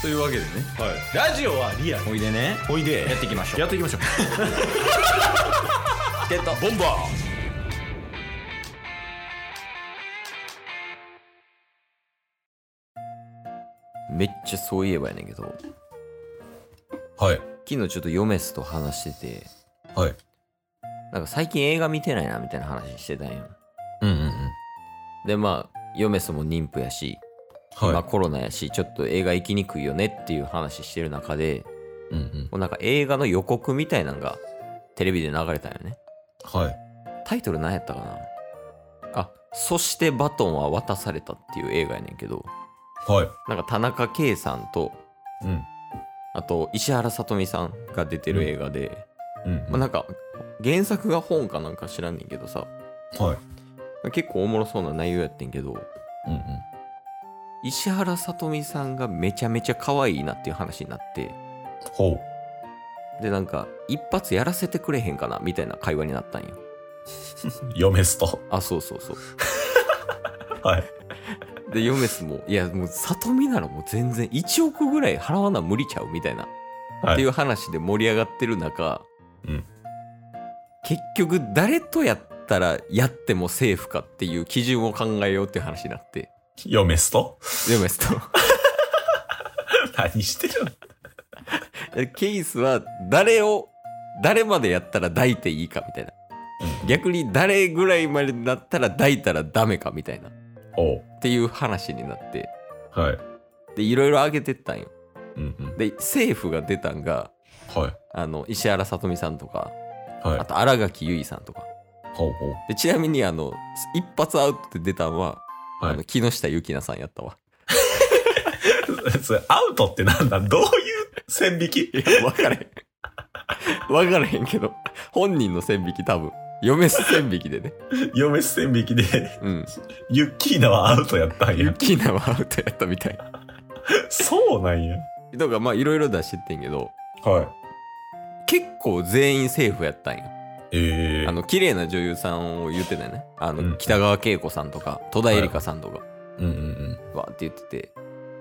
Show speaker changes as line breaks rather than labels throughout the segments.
というわけでね
はい、ラジオはリアル
おいでね
おいで
やっていきましょう
やって いきましょう
ってた
ボンバ
めっちゃそういえばやねんけど
ーはい
昨日ちょっとヨメスと話してて
はい
なんか最近映画見てないなみたいな話してたんよ
うんうんうん
でまあヨメスも妊婦やし、まあコロナやしちょっと映画行きにくいよねっていう話してる中で
うんうん
もうなんか映画の予告みたいなのがテレビで流れたんよね
はい
タイトル何やったかなあそしてバトンは渡されたっていう映画やねんけど
はい
なんか田中圭さんと
うん
あと石原さとみさんが出てる映画で、
うん
まあ、なんか原作が本かなんか知らんねんけどさ
はい
結構おもろそうな内容やってんけど
うん
石原さとみさんがめちゃめちゃ可愛いなっていう話になって
ほう
でなんか一発やらせてくれへんかなみたいな会話になったんよ
嫁すと
あそうそうそう
はい
でヨメスもいやもうさとみならもう全然1億ぐらい払わな無理ちゃうみたいな、
はい
っていう話で盛り上がってる中、
うん
結局誰とやったらやってもセーフかっていう基準を考えようっていう話になって
嫁すと
ヨメスと
何してる
ケイスは誰を誰までやったら抱いていいかみたいな逆に誰ぐらいまでなったら抱いたらダメかみたいなっ
おう
ていう話になって
はい
でいろいろ上げてったんよ
うんうん
でセーフが出たんが
はい
あの石原さとみさんとか、
はい
あと新垣結衣さんとか
ほうほう
でちなみにあの一発アウトで出たのは、
は
あの
い
木下ゆきなさんやったわ
それアウトってなんだどういう線引き
い や分からへん分からへんけど本人の線引き多分嫁す線引きでね
嫁す線引きで
うん
ユッキーナはアウトやったん
ゆ
や
きなはアウトやったみたい
そうなんや
とかまあいろいろ出してってんけど
は
結構全員セーフやったんよ
いええ
あの綺麗な女優さんを言ってたよねあの、
うん
北川景子さんとか戸田恵梨香さんとか、
うんうん
わーって言ってて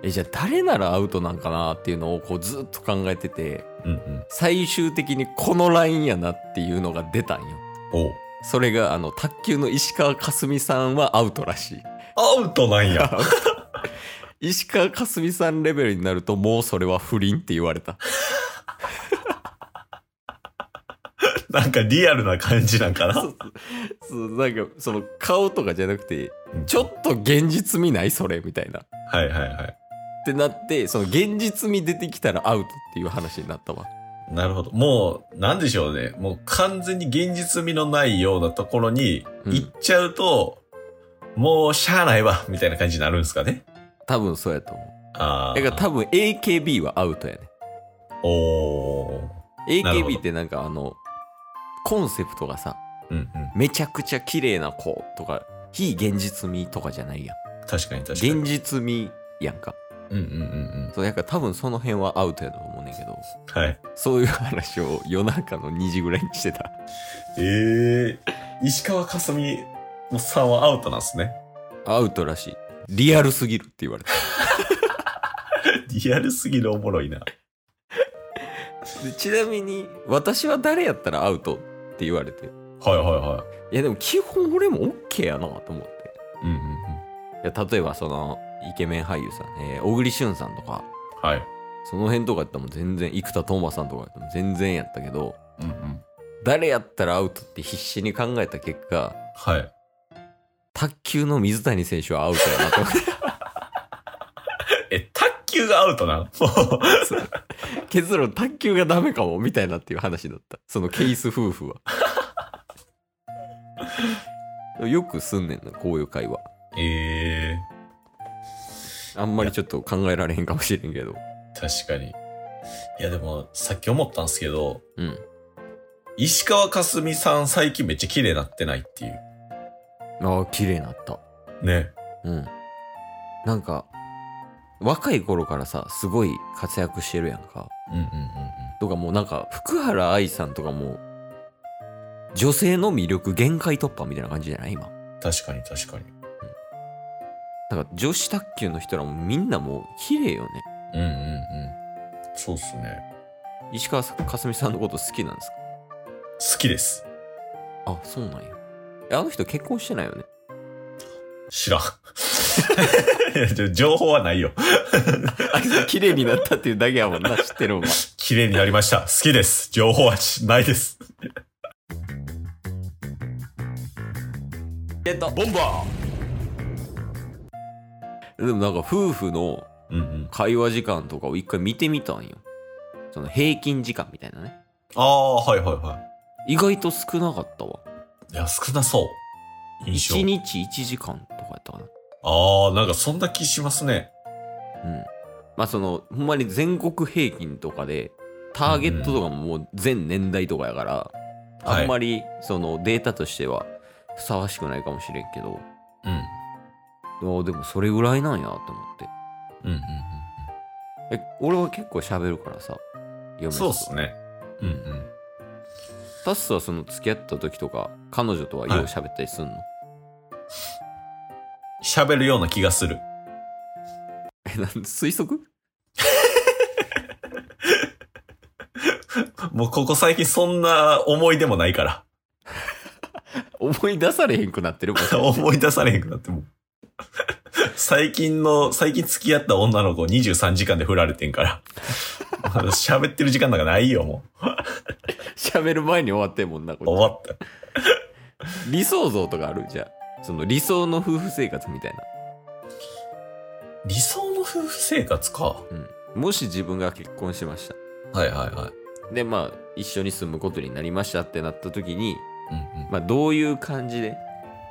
えじゃあ誰ならアウトなんかなっていうのをこうずっと考えてて
うんうんうん
最終的にこのラインやなっていうのが出たんよ
おう
それがあの卓球の石川佳純さんはアウトらしい
アウトなんや
石川佳純さんレベルになるともうそれは不倫って言われた
なんかリアルな感じなんかな
そうなんかその顔とかじゃなくて
うん
ちょっと現実味ないそれみたいなっ
はいはいはい
てなってその現実味出てきたらアウトっていう話になったわ
なるほどもうなんでしょうねもう完全に現実味のないようなところに
うん
行っちゃうと、もうしゃあないわみたいな感じになるんですかね
多分そうやと思
あ
う
あ
だから多分 AKB はアウトやね
おー
AKB ってなんかあのコンセプトがさ
うんうん
めちゃくちゃ綺麗な子とか非現実味とかじゃないやん
確かに確かに
現実味やんか
うんうんうんうん
そうやから多分その辺はアウトやと思うねんけど
はい
そういう話を夜中の2時ぐらいにしてた
ええ石川佳純さんはアウトなんですね。
アウトらしいリアルすぎるって言われた
リアルすぎるおもろいな。
でちなみに私は誰やったらアウトって言われて
はいはいはい
やでも基本俺も OK やなと思って
い。うんうんうん。
いや例えばそのイケメン俳優さん、えー小栗旬さんとか
はい。
その辺とかやったらもう全然生田斗真さんとかやったらもう全然やったけど
うんうん。
誰やったらアウトって必死に考えた結果
はい。
卓球の水谷選手はアウトやなと思って
え、卓球がアウトなの
結論卓球がダメかもみたいなっていう話だったそのケース夫 婦はよくすんねんなこういう会話
ええ
あんまりちょっと考えられへんかもしれんけど
確かに。いやでも、さっき思ったんですけど、
うん
石川佳純さん最近めっちゃ綺麗なってないっていう。
ああ綺麗になった
ね。
うんなんか若い頃からさすごい活躍してるやんか
うんうんうん
とかもうなんか福原愛さんとかも女性の魅力限界突破みたいな感じじゃない今
うん。確かに確かに。
なんか女子卓球の人らもみんなもう綺麗よね
うんうんうんそうっすね。
石川さかすみさんのこと好きなんですか
好きです。
あ、そうなんや。えあの人結婚してないよね。
知らん。いやちょ 情報はないよ。
あ、 綺麗になったっていうだけやもんな、知ってるもん。
綺麗になりました。好きです。情報はしないです。
えっと、
ボンバー
でもなんか夫婦の
うんうん。
会話時間とかを一回見てみたんよ。その平均時間みたいなね。
ああ、はいはいは
意外と少なかったわ。
い。いや、少なそう。印象
1。日1時間とかやったかな。
ああ、なんかそんな気しますね。
うん。まあその、ほんまに全国平均とかで、ターゲットとかももう全年代とかやから、
はい
あんまりそのデータとしてはふさわしくないかもしれんけど、
うん。
ああでもそれぐらいなんやと思って。
うんうんうん。
え、俺は結構喋るからさ、嫁と
そうっすね。うんうん。
タスはその付き合った時とか、彼女とはよう喋ったりすんの、
喋るような気がする。
え、なん推測
もうここ最近そんな思い出もないから。
思い出されへんくなってるもん
思い出されへんくなってもう。最近の、最近付き合った女の子23時間で振られてんから。 あの喋ってる時間なんかないよ、も
喋る前に終わってんもんな、
う。
こ
終わった。
れ。理想像とかあるじゃあ。その理想の夫婦生活みたいな。
理想の夫婦生活か。
うん。もし自分が結婚しました。
はいはいはい。
で、まあ、一緒に住むことになりましたってなった時に、
う
まあ、どういう感じで
ん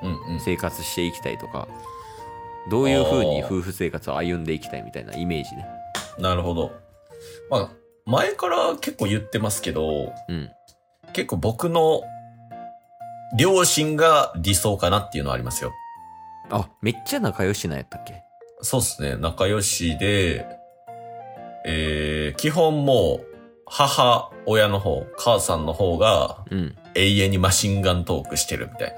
うん。うんうん。
生活していきたいとか、どういう風に夫婦生活を歩んでいきたいみたいなイメージね。
なるほど。まあ、前から結構言ってますけど、
うん。
結構僕の両親が理想かなっていうのはありますよ。
あ、めっちゃ仲良しなんやったっけ
そうですね、仲良しで、えー、基本もう、母親の方、母さんの方が
うん。
永遠にマシンガントークしてるみたい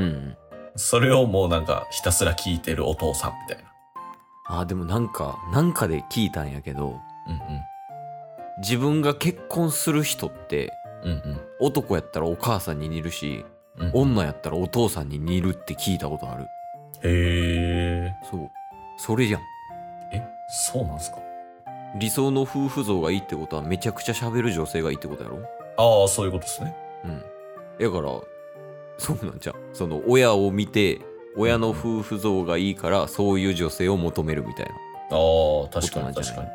うんうん。
それをもうなんかひたすら聞いてるお父さんみたいな。
あ、でもなんか、なんかで聞いたんやけど、
う
自分が結婚する人って、
んうん。うん
男やったらお母さんに似るし
うん。うん
女やったらお父さんに似るって聞いたことある
へー。
そうそれじゃん
え、そうなんですか
理想の夫婦像がいいってことはめちゃくちゃ喋る女性がいいってことやろ
ああ、そういうことですね。
うんやからそうなんじゃうその親を見て親の夫婦像がいいからそういう女性を求めるみたいな
ああ、確
こと
か
なん
に
じゃない
確かに。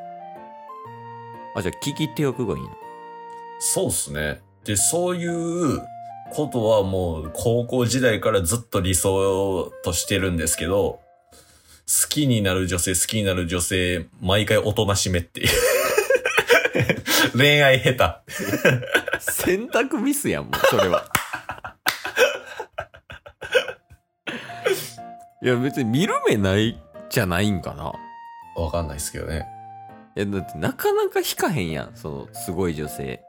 あじゃあ聞き手役がいいの
そうですね。で、そういうことはもう高校時代からずっと理想としてるんですけど、好きになる女性、好きになる女性、毎回おとなしめっていう。 恋愛下手。
選択ミスやんもうそれはいや別に見る目ないじゃないんかな
わかんないですけどね。
いやだってなかなか引かへんやんそのすごい女性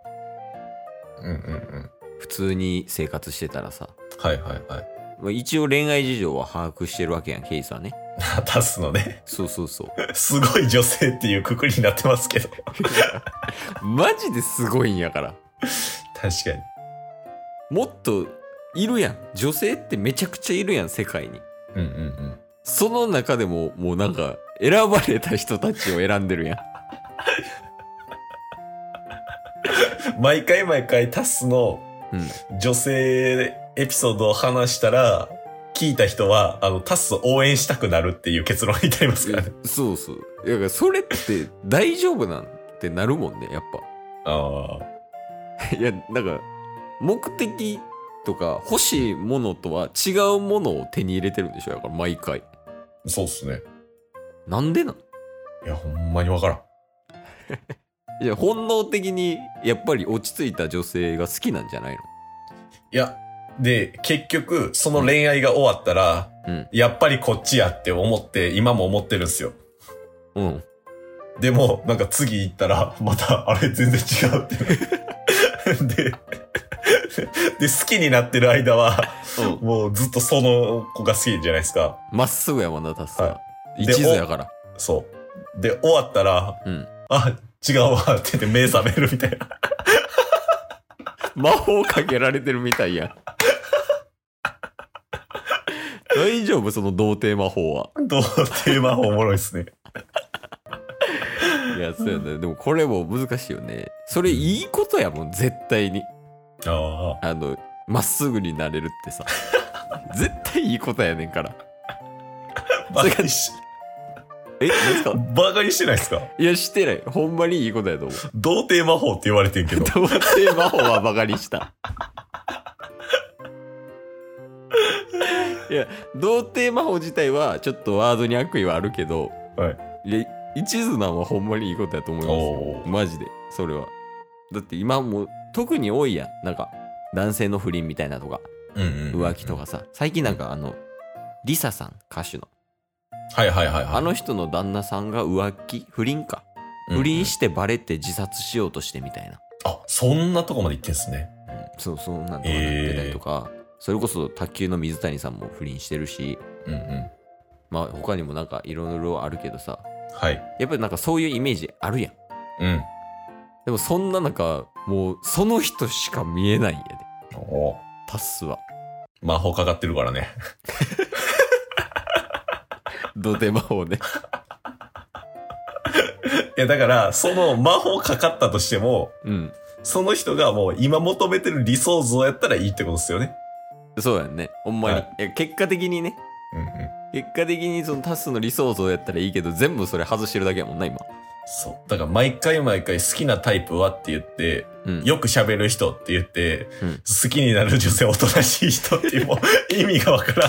うんうんうん。
普通に生活してたらさ、
はいはいはい。
まあ、一応恋愛事情は把握してるわけやんケイスはね
果たすのね。
そうそうそう
すごい女性っていうくくりになってますけど。
マジですごいんやから
確かに。
もっといるやん女性ってめちゃくちゃいるやん世界に
うんうんうん。
その中でももうなんか選ばれた人たちを選んでるやん
毎回毎回タスの
うん
女性エピソードを話したら、聞いた人は、あの、タスを応援したくなるっていう結論に至りますからね。
そうそうだからそれって大丈夫なんてなるもんねやっぱ
あ
いやなんか目的とか欲しいものとは違うものを手に入れてるんでしょだから毎回
あ、そうっすね。
なんでなん
いや、ほんまにわからん。
いや本能的にやっぱり落ち着いた女性が好きなんじゃないの
いや、で、結局、その恋愛が終わったら、
うん
やっぱりこっちやって思って、今も思ってるんすよ。
うん
でも、なんか次行ったら、また、あれ全然違うってな で、で、好きになってる間は、
うん
もうずっとその子が好きじゃないですか。
まっすぐやもんな達さ、
は
一途やから
そう。で、終わったら、
うん
あ、違うわって言って目覚めるみたいな。
魔法かけられてるみたいやん 大丈夫その童貞魔法は
どうっていう魔法おもろいっすね。
いやそうやねでもこれも難しいよねそれいいことやもん絶対に
ああ。
あのまっすぐになれるって さ絶対いいことやねんから
バカにし、
えなんですか
バカにしてないですか
いやしてないほんまにいいことやと思う
童貞魔法って言われてんけど。
童貞魔法はバカに したいや童貞魔法自体はちょっとワードに悪意はあるけど
はい。
いや一途なんはほんまにいいことやと思います
おー
マジでそれはだって今もう特に多いやんなんか男性の不倫みたいなとか
うんうん。
浮気と。かさ最近なんかあのリサさん歌手の
はいはいはいはい。
あの人の旦那さんが浮気不倫か
うんうん
不倫してバレて自殺しようとしてみたいな、
あ、そんなとこまで行ってんすね。
うんそうそうなんとかなってたりとか、それこそ卓球の水谷さんも不倫してるし
うんうん。
まあ他にもなんかいろいろあるけどさ
はい。
やっぱりなんかそういうイメージあるやん
うん。
でもそんな中もうその人しか見えないんやで
おー
タスは
魔法かかってるからね。
土手魔法 ね
いや、だから、その魔法かかったとしても、
うん
その人がもう今求めてる理想像やったらいいってことですよね。
そうやんねほんまに、
はい
いや結果的にね
うんうん。
結果的にそのタスの理想像やったらいいけど全部それ外してるだけやもんな今
そう。だから毎回毎回好きなタイプはって言って、
うん
よく喋る人って言って、
うん
好きになる女性おとなしい人ってもう意味がわから